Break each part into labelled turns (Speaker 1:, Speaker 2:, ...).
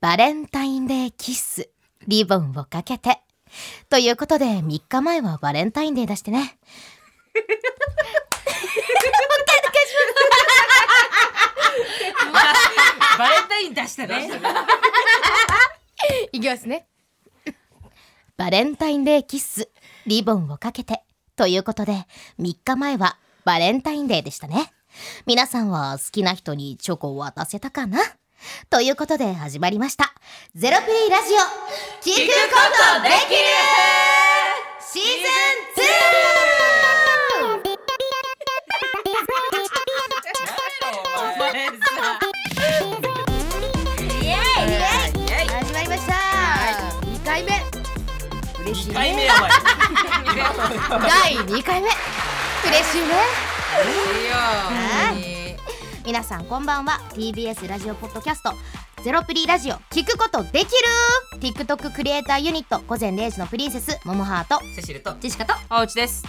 Speaker 1: バレンタインデーキッス、リボンをかけて。ということで、3日前はバレンタインデーだしてね。
Speaker 2: バレンタイン出したね。
Speaker 1: いきますね。バレンタインデーキッス、リボンをかけて。ということで、3日前はバレンタインデーでしたね。皆さんは好きな人にチョコを渡せたかなということで始まりました。ゼロプリーラジオ、聞くことできるシーズン 2!
Speaker 2: バレンタイン
Speaker 1: 始まりました、2回目嬉しいね
Speaker 2: 一回目やばい。
Speaker 1: 第2回目嬉しいね
Speaker 3: い
Speaker 1: 皆さんこんばんは TBS ラジオポッドキャストゼロプリラジオ聞くことできる TikTok クリエイターユニット午前0時のプリンセスモモハート
Speaker 2: セシルと。
Speaker 1: ジェシカと
Speaker 3: あうちです。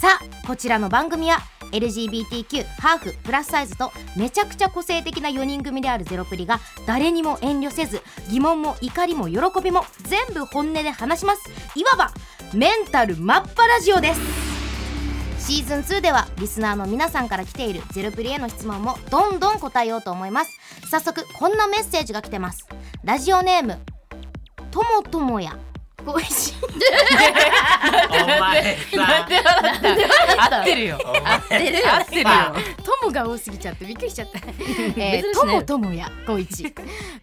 Speaker 1: さあこちらの番組は LGBTQ ハーフプラスサイズとめちゃくちゃ個性的な4人組であるゼロプリが誰にも遠慮せず疑問も怒りも喜びも全部本音で話しますいわばメンタルマッパラジオですシーズン2ではリスナーの皆さんから来ているゼロプリへの質問もどんどん答えようと思います早速こんなメッセージが来てますラジオネームともともやご一緒
Speaker 2: お前さ。
Speaker 3: 合ってるよ。
Speaker 2: お前
Speaker 3: てるよ。合ってるよ。
Speaker 1: トムが多すぎちゃってびっくりしちゃ った、え
Speaker 3: 珍
Speaker 1: ー、
Speaker 3: しい
Speaker 1: トモ
Speaker 3: ね
Speaker 1: トモやこい ち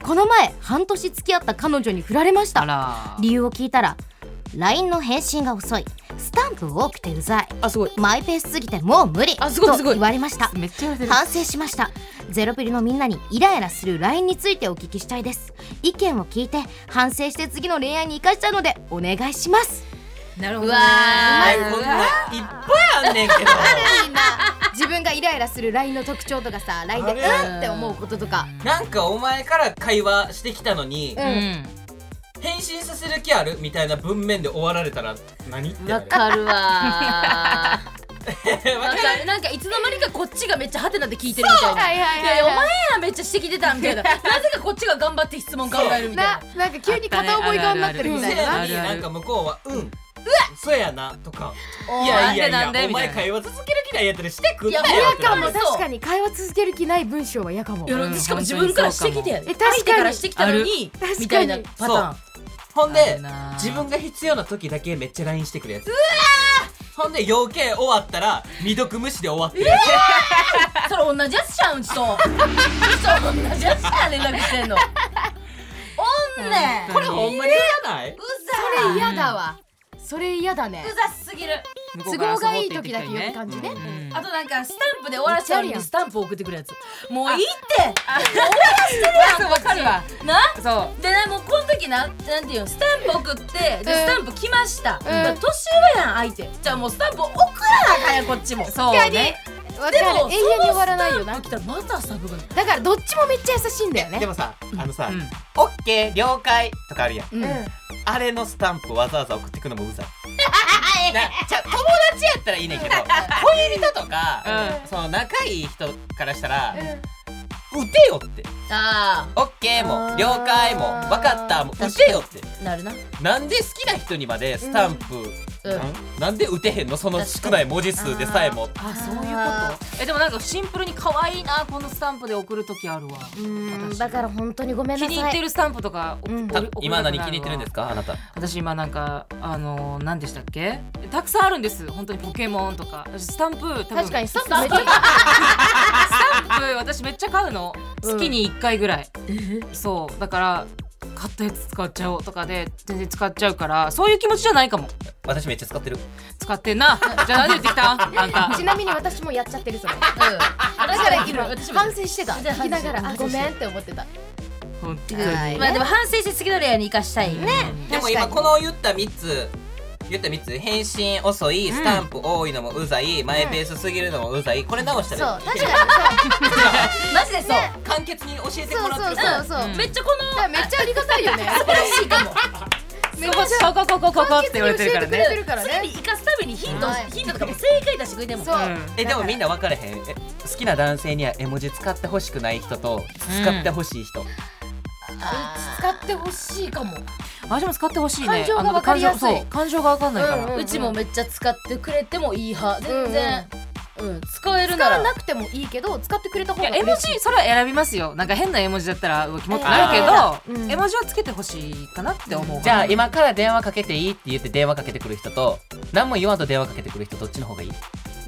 Speaker 1: この前半年付き合った彼女に振られました
Speaker 3: ら
Speaker 1: 理由を聞いたら LINE の返信が遅いスタンプ多くてうざい
Speaker 3: あすごい。
Speaker 1: マイペースすぎてもう無理
Speaker 3: あすごい
Speaker 1: と
Speaker 3: すごい
Speaker 1: 言われました
Speaker 3: めっちゃ言われてる。
Speaker 1: 反省しましたゼロプリのみんなにイライラする LINE についてお聞きしたいです意見を聞いて反省して次の恋愛に生かしたいのでお願いします
Speaker 3: なるほ
Speaker 1: うわー
Speaker 2: こんないっぱいあんねんけど。
Speaker 1: みんな自分がイライラする LINE の特徴とかさ LINE で
Speaker 2: あれ
Speaker 1: うんって思うこととか
Speaker 2: なんかお前から会話してきたのに
Speaker 1: う、
Speaker 3: うん。
Speaker 2: 返信させる気あるみたいな文面で終わられたら何ってな
Speaker 4: わ
Speaker 2: る。
Speaker 4: かる わ
Speaker 2: え
Speaker 4: ー
Speaker 2: わ
Speaker 4: なん
Speaker 2: かる
Speaker 4: かなんかいつの間にかこっちがめっちゃハテナで聞いてるみたいな。
Speaker 1: いはい
Speaker 4: いやいやお前やめっちゃしてきてたみたい な。なぜかこっちが頑張って質問考えるみたい
Speaker 1: な
Speaker 4: な。
Speaker 1: んか急に
Speaker 3: 片思い顔になってるみ
Speaker 2: せ
Speaker 3: たい
Speaker 2: やの
Speaker 3: あ
Speaker 2: に
Speaker 3: るある
Speaker 2: なんか向こうは「うん」うそうやな」とか「
Speaker 4: お
Speaker 2: い
Speaker 4: い
Speaker 2: やいやい
Speaker 3: な
Speaker 2: や
Speaker 3: んでなんで
Speaker 2: お前
Speaker 3: みたい
Speaker 2: 会話続ける気ないやったらしてくん
Speaker 4: い
Speaker 2: なよ」
Speaker 4: や親
Speaker 2: ってな
Speaker 4: か
Speaker 2: る
Speaker 4: も
Speaker 1: 確かに会話続ける気ない文章は嫌かも
Speaker 4: いや
Speaker 3: うん
Speaker 4: しかも自分からしてきて
Speaker 3: 本
Speaker 1: 当にそうかも
Speaker 4: 相手からしてきたのに
Speaker 1: 確かに
Speaker 4: みたいなパターン
Speaker 2: ほん
Speaker 3: あ
Speaker 2: で
Speaker 3: るな
Speaker 2: 自分が必要な時だけめっちゃ LINE してくるやつほんで要件終わったら未読無視で終わってるやつ
Speaker 4: それ同じやつじゃんう ちとうちと同じやつじゃん連絡してん のおんねん
Speaker 2: これほんまに嫌ないう
Speaker 4: ざ
Speaker 3: れ嫌だ
Speaker 1: わそれ嫌だね
Speaker 4: うざすぎる
Speaker 3: 向こう
Speaker 1: 都
Speaker 3: から
Speaker 1: 合
Speaker 3: サボっ
Speaker 1: がいい
Speaker 3: てき
Speaker 1: 時
Speaker 3: た
Speaker 1: だ
Speaker 3: り
Speaker 1: け
Speaker 3: ね
Speaker 1: 読む感じね
Speaker 3: うん
Speaker 4: あとなんかスタンプで終わらせたの
Speaker 1: めっちゃあるやん
Speaker 4: にスタンプ送ってくるやつもういいってもう終わらせてるやん
Speaker 3: わかるわ
Speaker 4: な
Speaker 3: そう
Speaker 4: でねもうこの時ななんていうのスタンプ送ってでスタンプ来ました、だから年上やん相手じゃあもうスタンプ送らなあかんやんこっちも
Speaker 3: そうね
Speaker 1: わか
Speaker 4: でも
Speaker 1: る永遠に終わらないよ
Speaker 4: そ
Speaker 1: な
Speaker 4: のスタンプ来たらまたスタンプが
Speaker 1: だからどっちもめっちゃ優しいんだよ
Speaker 2: で
Speaker 1: ね
Speaker 2: もさあのさ
Speaker 3: うん
Speaker 2: 「オッケー了解」とかあるやん
Speaker 1: うん
Speaker 2: あれのスタンプわざわざ送ってくのもうざいなちゃ友達やったらいいねんけど恋人とかその仲いい人からしたら「打てよ」って
Speaker 4: あ
Speaker 2: オッケ
Speaker 1: あ
Speaker 2: ーも
Speaker 1: ー
Speaker 2: 了解も分かったも打てよって
Speaker 4: あなるな
Speaker 2: なんで好きな人にまでスタンプ、
Speaker 4: うん
Speaker 2: なんなんで打てへんのその少ない文字数でさえも
Speaker 3: あそういうことえでもなんかシンプルに可愛いなこのスタンプで送る時あるわ
Speaker 1: うん
Speaker 3: 私
Speaker 1: だから本当にごめん
Speaker 3: 気
Speaker 1: な
Speaker 3: に入っ
Speaker 1: さ
Speaker 3: て
Speaker 1: い
Speaker 3: るスタンプとかお
Speaker 1: うん
Speaker 3: 送
Speaker 2: た
Speaker 3: り送
Speaker 2: 今
Speaker 3: らな
Speaker 2: 何
Speaker 3: くなわ
Speaker 2: 気に入ってるんですかあなた
Speaker 3: 私今なんかあのー、何でしたっけたくさんあるんです本当にポケモンとか私スタンプ多分
Speaker 1: 確かにスタンプ
Speaker 3: ス
Speaker 1: めっちゃ
Speaker 3: タンプ私めっちゃ買うの
Speaker 1: うん
Speaker 3: 月に1回ぐらい、そうだから買ったやつ使っちゃおうとかで全然使っちゃうからそういう気持ちじゃないかも
Speaker 2: 私めっちゃ使ってる
Speaker 3: 使ってんなじゃあ何言ってきたあん た
Speaker 1: ちなみに私もやっちゃってるそれだ
Speaker 4: うん
Speaker 1: から今
Speaker 4: 私も
Speaker 1: 反省してた
Speaker 4: 私
Speaker 1: 聞
Speaker 4: も
Speaker 1: きながらあ
Speaker 4: 反
Speaker 1: ご
Speaker 4: 省して
Speaker 1: めんって思ってた
Speaker 3: 本当に
Speaker 1: はい
Speaker 4: まあでも反省して次のレアに生かしたいね
Speaker 2: でも今この言った3つ言った3つ返信遅いスタンプ多いのもうざい、マイペースすぎるのもうざいこれ直した
Speaker 1: そう
Speaker 2: ら
Speaker 1: 確かに
Speaker 4: マジでそう、
Speaker 2: 簡潔に教えて
Speaker 1: そ
Speaker 2: も
Speaker 1: う
Speaker 2: らっ
Speaker 1: そ
Speaker 2: て
Speaker 1: う
Speaker 2: る
Speaker 1: そうそう
Speaker 3: うん
Speaker 4: めっちゃこ
Speaker 1: だからめっちゃありがたいよね
Speaker 4: の素晴らしいかも
Speaker 3: そこそこここここって言われてるから
Speaker 1: 簡潔に教えてくれて
Speaker 3: ね
Speaker 1: るからね
Speaker 4: 次に生かすためにヒント、
Speaker 1: はい
Speaker 4: ヒントとかも正解出してくれても
Speaker 1: そう
Speaker 2: えでもみんな分かれへんえ好きな男性には絵文字使ってほしくない人と使ってほしい人、
Speaker 4: 使ってほしいかも、
Speaker 3: 私も使ってほしいね
Speaker 4: 感情がわかりやすい
Speaker 3: あの感情そう感情がわかんないから、
Speaker 1: うん
Speaker 4: うちもめっちゃ使ってくれてもいい派全然、うん使える
Speaker 1: 使
Speaker 4: な
Speaker 1: わ
Speaker 4: ら
Speaker 1: なくてもいいけど使ってくれた方
Speaker 3: い
Speaker 1: が
Speaker 3: や絵文
Speaker 1: 嬉しい
Speaker 3: 字それは選びますよなんか変な絵文字だったらうわキモってなるけど、
Speaker 1: うん
Speaker 3: 絵文字はつけてほしいかなって思う
Speaker 2: じゃあ今から電話かけていいって言って電話かけてくる人と何も言わんと電話かけてくる人どっちの方がいい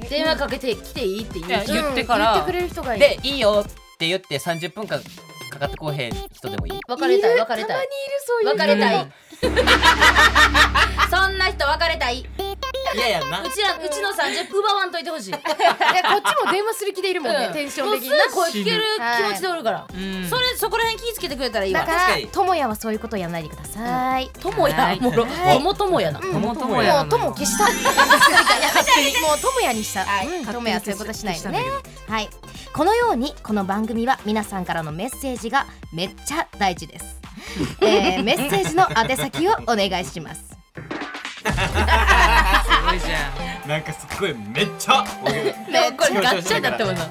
Speaker 4: 電話かけてきていいって言う
Speaker 3: いや言ってから
Speaker 1: 言ってくれる人がいい
Speaker 2: でいいよって言って30分間かかってこうへん人でもいい
Speaker 4: 別れたい
Speaker 1: る
Speaker 4: 別れたい
Speaker 1: たまにいるそういう
Speaker 4: 別れた
Speaker 3: う
Speaker 4: いそんな人別れたいう
Speaker 2: 嫌やんな
Speaker 4: ちらうちの30分奪わんといてほしい、うん、も
Speaker 1: いやこっちも電話する気でいるもんね、テンション
Speaker 4: う
Speaker 1: 的
Speaker 4: す
Speaker 1: に
Speaker 4: ぐ声聞ける気持ちでおるから、
Speaker 3: うん
Speaker 4: それそこら辺気ぃつけてくれたらいい
Speaker 1: だ
Speaker 4: わ
Speaker 1: か
Speaker 2: 確
Speaker 1: ら
Speaker 2: かに
Speaker 1: ともやはそういうことをやらないでください、
Speaker 4: とも
Speaker 3: は
Speaker 4: や
Speaker 3: い
Speaker 4: もろともともやな、
Speaker 1: うん
Speaker 3: 友友
Speaker 1: も
Speaker 3: や
Speaker 1: うとも消した やめてもうともやにした
Speaker 4: はい
Speaker 1: うんともやはそういうことしないでね
Speaker 3: 勝手に消
Speaker 1: はいこのようにこの番組は皆さんからのメッセージがめっちゃ大事です、えー、メッセージの宛先をお願いします
Speaker 3: すごいじゃん
Speaker 2: なんかすごいめっちゃ
Speaker 4: でもこれガッチャンだったもんな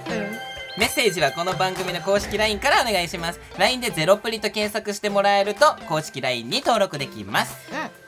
Speaker 2: メッセージはこの番組の公式 LINE からお願いします LINE で「ゼロプリ」と検索してもらえると公式 LINE に登録できます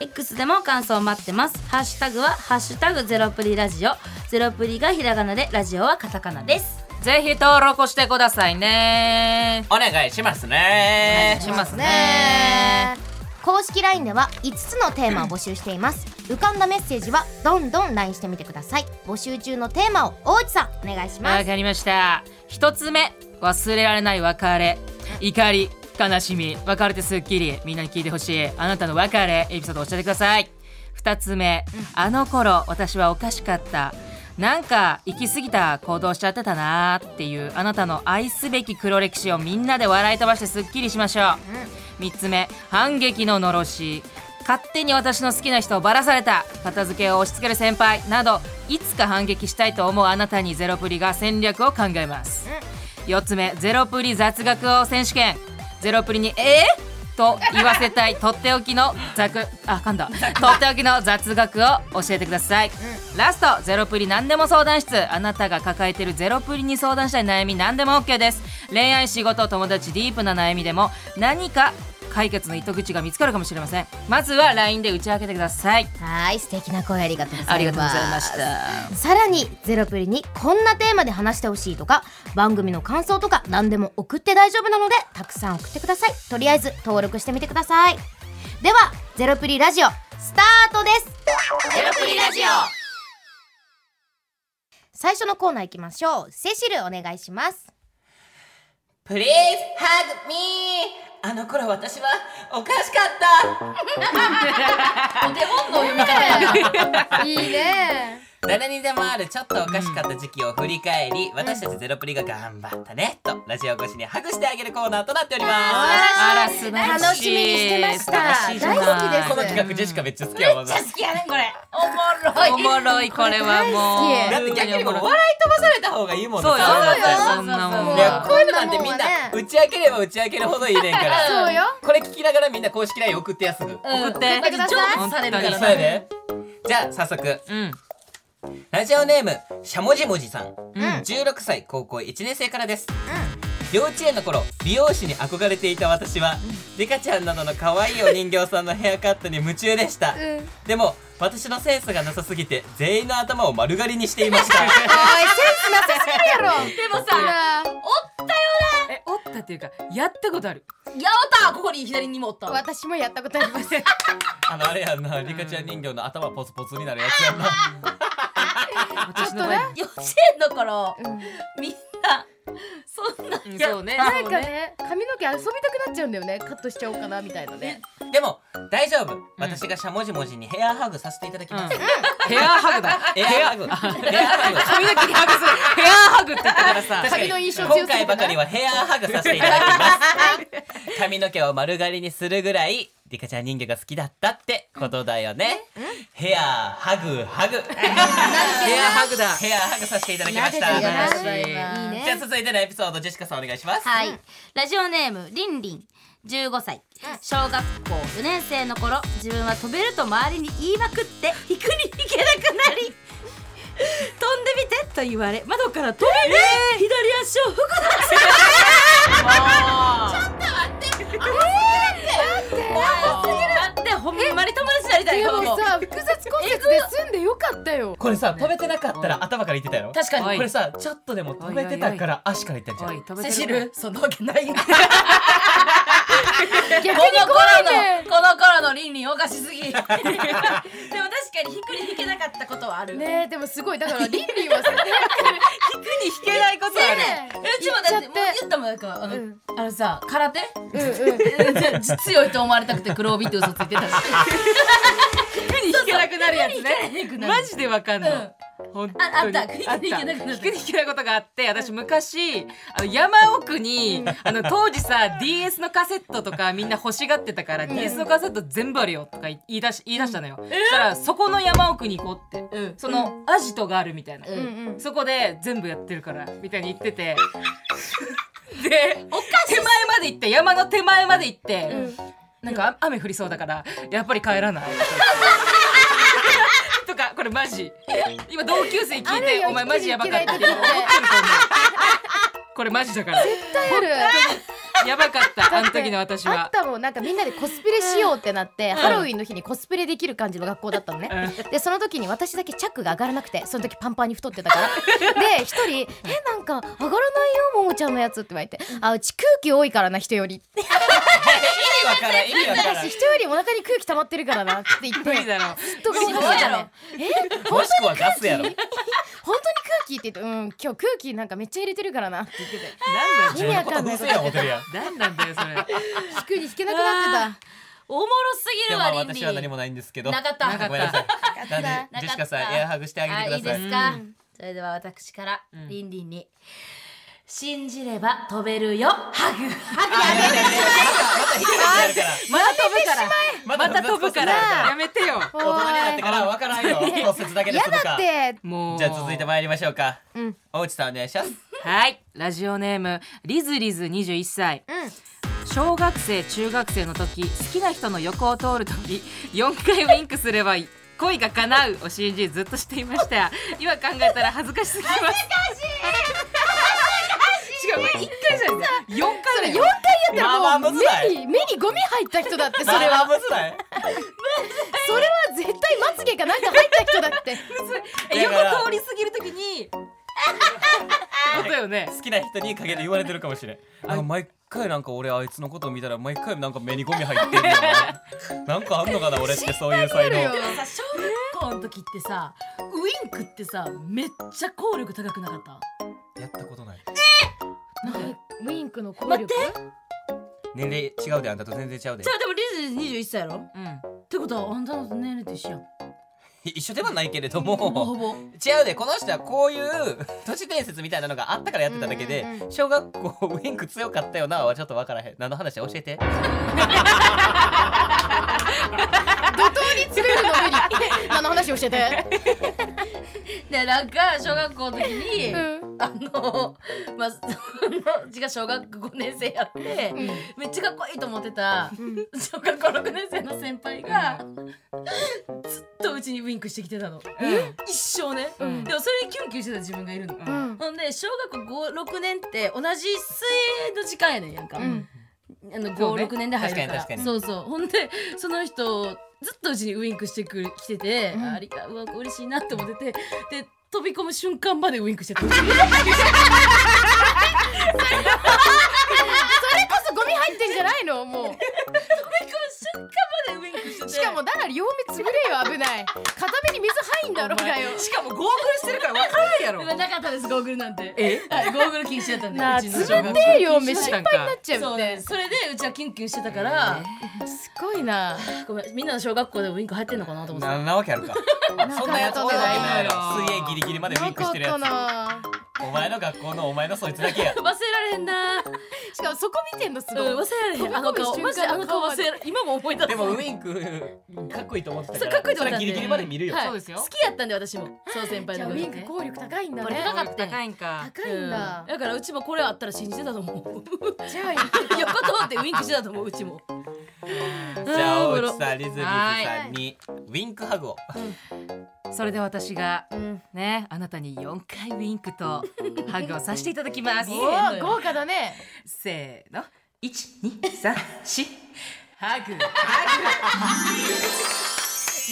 Speaker 4: X でも感想待ってますハッシュタグはハッシュタグゼロプリラジオゼロプリがひらがなでラジオはカタカナです
Speaker 3: ぜひ登録してくださいね
Speaker 2: お願いしますね
Speaker 3: しますね
Speaker 1: 公式 LINE では5つのテーマを募集しています浮かんだメッセージはどんどん LINE してみてください募集中のテーマを大内さんお願いしま
Speaker 3: わ
Speaker 1: す
Speaker 3: かりました一つ目忘れられない別れ怒り悲しみ別れてすっきりみんなに聞いてほしいあなたの別れエピソードを教えてください二つ目あの頃私はおかしかったなんか行き過ぎた行動しちゃってたなーっていうあなたの愛すべき黒歴史をみんなで笑い飛ばしてすっきりしましょう3つ目反撃ののろし勝手に私の好きな人をバラされた片付けを押し付ける先輩などいつか反撃したいと思うあなたにゼロプリが戦略を考えます4つ目ゼロプリ雑学王選手権ゼロプリに「えー?」と言わせたいとっておきの雑学あ噛んだとっておきの雑学を教えてください、ラストゼロプリ何でも相談室あなたが抱えてるゼロプリに相談したい悩み何でも OK です恋愛仕事友達ディープな悩みでも何か解決の糸口が見つかるかもしれませんまずは LINE で打ち明けてください
Speaker 1: はい素敵な声ありがとうございます
Speaker 3: ありがとうございました
Speaker 1: さらにゼロプリにこんなテーマで話してほしいとか番組の感想とか何でも送って大丈夫なのでたくさん送ってくださいとりあえず登録してみてくださいではゼロプリラジオスタートですゼロプリラジオ最初のコーナー行きましょうセシルお願いします
Speaker 2: Please hug me あの頃私はおかしかった
Speaker 4: お手本の読み方やな
Speaker 1: いいね
Speaker 2: 誰にでもあるちょっとおかしかった時期を振り返り私たちゼロプリが頑張ったねとラジオ越しにハグしてあげるコーナーとなっております
Speaker 3: あら素晴らしい
Speaker 1: 楽しみにしてました
Speaker 3: 素晴らしいじゃない
Speaker 1: 大好きです
Speaker 2: この企画ジェシカめっちゃ好きやわなだ
Speaker 4: 好きやねんこれおもろい
Speaker 3: おもろいこれはもう
Speaker 2: って逆にこの笑い飛ばされた方がいいもんな
Speaker 3: そうよ
Speaker 2: そ
Speaker 3: そ
Speaker 2: うん
Speaker 3: な
Speaker 4: そう
Speaker 3: も
Speaker 4: そ
Speaker 3: ん
Speaker 2: いや
Speaker 3: は
Speaker 2: こういうのなんてみんな
Speaker 1: こんなもんはね
Speaker 2: 打ち明ければ打ち明けるほどいいねんから
Speaker 1: そうよ
Speaker 2: これ聞きながらみんな公式 LINE 送ってやすぐ、そう
Speaker 4: うん
Speaker 3: 送って
Speaker 4: だって成仏されるか
Speaker 3: う
Speaker 4: ら
Speaker 3: ん
Speaker 2: やでじゃあ早速
Speaker 3: うん
Speaker 2: ラジオネームしゃもじもじさん、
Speaker 3: うん
Speaker 2: 16歳高校1年生からです、幼稚園の頃美容師に憧れていた私は、リカちゃんなどの可愛いお人形さんのヘアカットに夢中でした、でも私のセンスがなさすぎて全員の頭を丸刈りにしていました
Speaker 4: でもさ
Speaker 3: えおったっていうかやったことある
Speaker 4: やおたここに左にもおったわ
Speaker 1: 私もやったことあります
Speaker 2: あのあれやんなリカちゃん人形の頭ポツポツになるやつやんな
Speaker 3: 私の場合
Speaker 4: 幼稚園の頃みんなそんな
Speaker 3: うん
Speaker 4: や
Speaker 3: そうね
Speaker 1: なんかね髪の毛遊びたくなっちゃうんだよねカットしちゃおうかなみたいなね
Speaker 2: でも大丈夫、私がしゃもじもじにヘアハグさせていただきます、
Speaker 3: ヘアハグだ
Speaker 2: ヘアハグヘアハグ
Speaker 3: 髪の毛にハグするヘアハグって言ったからさ
Speaker 2: 確かに
Speaker 1: 髪の印象強すぎた
Speaker 2: 今
Speaker 1: な
Speaker 2: 回ばかりはヘアハグさせていただきます髪の毛を丸刈りにするぐらいリカちゃん人形が好きだったってことだよねヘアハグハグヘ
Speaker 3: ヘアハグだ
Speaker 2: ヘアハグさせていただきました
Speaker 1: な
Speaker 3: 素
Speaker 1: るほど
Speaker 3: 晴ら
Speaker 1: な
Speaker 3: しい
Speaker 1: いいね
Speaker 2: じゃあ続いてのエピソードジェシカさんお願いします
Speaker 4: はい、ラジオネームりんりん15歳小学校4年生の頃自分は飛べると周りに言いまくって引くに行けなく なり飛んでみてと言われ窓から飛び、左足を服だ
Speaker 2: あ
Speaker 4: え
Speaker 5: で
Speaker 4: よ
Speaker 5: もさ複雑骨折で済んでよかっ たよ
Speaker 2: これさ飛べてなかったら頭から言ってたやろ
Speaker 5: 確か
Speaker 3: お
Speaker 5: に
Speaker 3: い
Speaker 2: これさちょっとでも飛べてたから足から言ったんじゃ
Speaker 3: お
Speaker 2: ん
Speaker 3: い飛べ
Speaker 5: セ
Speaker 3: て
Speaker 5: シ
Speaker 3: る
Speaker 5: ルそんなわけないよこ
Speaker 4: 逆に
Speaker 5: の
Speaker 4: 怖い
Speaker 5: 頃のこの頃のリンリンおかしすぎ でも確かにひっくり引けなかったことはあるねえでもすごいだからリンリンはさ
Speaker 3: に引けないことある
Speaker 5: えうちもだってもう
Speaker 1: 言っちゃって
Speaker 5: 言ったもんなんかあの,、
Speaker 1: うん
Speaker 5: あのさ空手
Speaker 1: うんうん
Speaker 5: 強いと思われたくて黒帯って嘘ついてたし
Speaker 3: 引けなくなるやつねマジでわかんない、
Speaker 5: うん
Speaker 3: 本当
Speaker 5: ああっ
Speaker 3: に
Speaker 5: た引くに引けなくなった
Speaker 3: 引くに引けないことがあって私昔あの山奥にあの当時さ DS のカセットとかみんな欲しがってたから DS のカセット全部あるよとか言い出し言い出したのよそしたらそこの山奥に行こうって
Speaker 5: うん
Speaker 3: そのアジトがあるみたいな
Speaker 5: うん
Speaker 1: うん
Speaker 3: そこで全部やってるからみたいに言っててで手前まで行って山の手前まで行って、なんかあ雨降りそうだからやっぱり帰 らないとかこれマジ今同級生聞いてお前マジやばかったって思ってると思うこれマジだから
Speaker 5: ある
Speaker 3: やばかったあの時の私
Speaker 5: あっ
Speaker 3: は。
Speaker 5: たもんなんかみんなでコスプレしようってなって、ハロウィンの日にコスプレできる感じの学校だったのね、でその時に私だけチャックが上がらなくてその時パンパンに太ってたからで一人「えなんか上がらないよももちゃんのやつ」って言われて「あうち空気多いからな人より」
Speaker 2: わからん意味わからん
Speaker 5: 私人よりお腹に空気溜まってるからな」って言っ
Speaker 3: 無理
Speaker 5: て
Speaker 3: だろ
Speaker 5: ずっと我慢してたね「え
Speaker 2: もしくはガスやろ
Speaker 5: 本当に空気?」って言って「うん今日空気なんかめっちゃ入れてるからな」って言ってて
Speaker 3: なんだ
Speaker 5: 意
Speaker 3: よ
Speaker 5: 味わかんない
Speaker 2: 自分のこと嘘や思ってるやん
Speaker 3: なんなんだよそれ
Speaker 5: 引くに引けなくなって
Speaker 4: おもろすぎ
Speaker 2: で
Speaker 4: る
Speaker 2: も
Speaker 4: わリン
Speaker 2: 私は
Speaker 4: リ
Speaker 2: 何
Speaker 4: ン
Speaker 2: もないんですけど
Speaker 4: なかった
Speaker 2: ごめんなさいなんで
Speaker 4: なかった
Speaker 2: ジェシカさんエアハグしてあげてください
Speaker 4: あいいですか、それでは私から、リンリンに信じれば飛べるよハグハ
Speaker 3: また飛ぶから
Speaker 2: ま
Speaker 3: また飛ぶからやめてよ
Speaker 5: た
Speaker 2: 大人になってからわからんよ骨折だけで
Speaker 5: 嫌
Speaker 2: 済む
Speaker 5: だ
Speaker 2: か
Speaker 5: って
Speaker 3: もう
Speaker 2: じゃあ続いて参りましょうか
Speaker 5: うん
Speaker 2: 大内さんお願いします
Speaker 3: はいラジオネームリズリズ21歳、
Speaker 5: うん
Speaker 3: 小学生中学生の時好きな人の横を通る時4回ウィンクすればいい恋が叶うを CG ずっとしていました今考えたら恥ずかしすぎます恥ずかしい違うこれ1回じゃない4
Speaker 5: そ
Speaker 3: 回
Speaker 5: れ4
Speaker 3: だ
Speaker 5: 回
Speaker 3: よ
Speaker 5: やった
Speaker 2: まあま
Speaker 5: ら
Speaker 2: あ
Speaker 5: もう
Speaker 2: むずない
Speaker 5: 目に目にゴミ入った人だってそ
Speaker 2: それ
Speaker 5: れは
Speaker 2: はむずない
Speaker 5: それは絶対まつげかなんか入った人だって
Speaker 3: え横通り過ぎる時にってことよね
Speaker 2: 好きな人に陰で言われてるかもしれんなんか毎回なんか俺あいつのことを見たら毎回なんか目にゴミ入ってるよななんかあんのかな俺ってそういう才
Speaker 5: あるよ
Speaker 2: 能
Speaker 4: グさ小学校の時ってさウインクってさめっちゃ効力高くなかった
Speaker 2: やったことない
Speaker 5: ウインクの効力
Speaker 4: 待
Speaker 2: 年齢違うであんたと全然違うで
Speaker 4: じゃあでもリズリズ21歳やろ
Speaker 3: うん
Speaker 4: ってことはあんたの年齢と一緒やん
Speaker 2: 一緒ではないけれど
Speaker 4: ほぼ
Speaker 2: も
Speaker 4: ほぼ
Speaker 2: 違うでこの人はこういう都市伝説みたいなのがあったからやってただけで、
Speaker 5: うんうんう
Speaker 2: 小学校ウインク強かったよなはちょっとわからへん何の話教えて
Speaker 5: 作るの無理あの話教えて
Speaker 4: でなんか小学校の時に、あのまあそのうちが小学5年生やって、めっちゃかっこいいと思ってた、小学校6年生の先輩が、ずっとうちにウインクしてきてたの、一生ね、
Speaker 3: ん
Speaker 4: でもそれにキュンキュンしてた自分がいるの、
Speaker 5: ん
Speaker 4: ほんで小学校56年って同じ水泳の時間やねんやんか、
Speaker 5: ん
Speaker 4: あの
Speaker 3: そうね
Speaker 4: 56年で入るから
Speaker 2: 確かに確かに
Speaker 4: そうそうほんでその人ずっとうちにウインクしてくる来てて、
Speaker 5: ん
Speaker 4: ありがうわ嬉しいなって思っててで飛び込む瞬間までウインクしてたそう
Speaker 5: それこそゴミ入ってんじゃないのもう
Speaker 4: 飛び込む瞬間までウインクしてて
Speaker 5: しかもだから両目つぶれよ危ない片目に水入んだろうがよ
Speaker 3: しかもゴーグルしてるからわからないやろ
Speaker 4: うわなかったですゴーグルなんてえゴーグル禁止だったんで
Speaker 5: なあ
Speaker 4: うち
Speaker 5: つ
Speaker 4: の
Speaker 5: ぶっ
Speaker 4: 小学校
Speaker 5: て両目心配になっちゃ
Speaker 4: そうう
Speaker 5: っ
Speaker 4: で
Speaker 5: て
Speaker 4: すそれでうちはキュンキュンしてたから、
Speaker 5: すごいな
Speaker 4: ごめんみんなの小学校でもウインク入ってんのかなと思って
Speaker 2: なんなわけあるかそんなやつおるわけないやろ水泳ギリギリまでウイ
Speaker 5: な
Speaker 2: ンクし
Speaker 5: かって
Speaker 2: るや
Speaker 5: たな
Speaker 2: つお前の学校のお前のそいつだけや
Speaker 4: 忘れられへんな
Speaker 5: しかもそこ見てんのす
Speaker 4: うん
Speaker 5: ごい、
Speaker 4: 忘れられへんあの
Speaker 5: 飛び込
Speaker 4: 顔マ
Speaker 5: む瞬間
Speaker 4: ジであの顔忘れられ今も思い出す
Speaker 2: でもウインクかっこいいと思ってたから
Speaker 4: そうかっこいいと思ったんで
Speaker 2: それギリギリまで見るよ、
Speaker 4: はい
Speaker 3: そうですよ
Speaker 4: 好きやったんで私もそう先輩
Speaker 5: じゃ
Speaker 4: の
Speaker 5: あ
Speaker 4: こ
Speaker 5: ウ
Speaker 4: と
Speaker 5: インク効力高いんだ
Speaker 4: これ
Speaker 5: ね
Speaker 4: 高かった
Speaker 3: 高いんか
Speaker 5: 高いんだ
Speaker 4: う、だからうちもこれあったら信じてたと思う
Speaker 5: じゃあいい
Speaker 4: 横通ってウインクしてたと思ううちも
Speaker 2: じゃあ大内さんリズリズさんにウインクハグを
Speaker 3: それで私が
Speaker 5: ん
Speaker 3: ねあなたに4回ウインクとハグをさせていただきます
Speaker 5: おー豪華だね
Speaker 3: せーの一二三四ハグハグ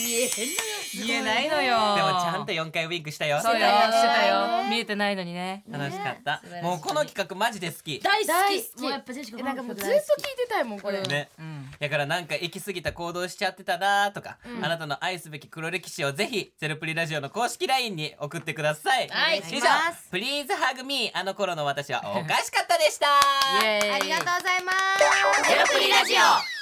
Speaker 4: 見えへんのよ
Speaker 3: 見えないのよ
Speaker 2: でもちゃんと4回ウィンクしたよ
Speaker 3: そうよしてた
Speaker 5: よしてた
Speaker 3: よ
Speaker 5: よ
Speaker 3: 見えてないのにね
Speaker 2: 楽しかった
Speaker 4: 素晴らしい
Speaker 2: もうこの企画マジで好き
Speaker 4: 大
Speaker 5: 大
Speaker 4: 好き
Speaker 5: 好き
Speaker 4: もうやっぱジェシカ
Speaker 5: えなんかもうずっと聞い
Speaker 4: 大好き
Speaker 5: てたいもんこれ、
Speaker 2: ね
Speaker 3: うん
Speaker 2: だからなんか行き過ぎた行動しちゃってたなとか、あなたの愛すべき黒歴史をぜひゼロプリラジオの公式 LINE に送ってください。
Speaker 4: はい
Speaker 2: 以上
Speaker 4: お願いしま、
Speaker 2: プリーズハグミーあの頃の私はおかしかったでした。
Speaker 3: イエーイ
Speaker 1: ありがとうございます
Speaker 2: ゼロプリラジオ。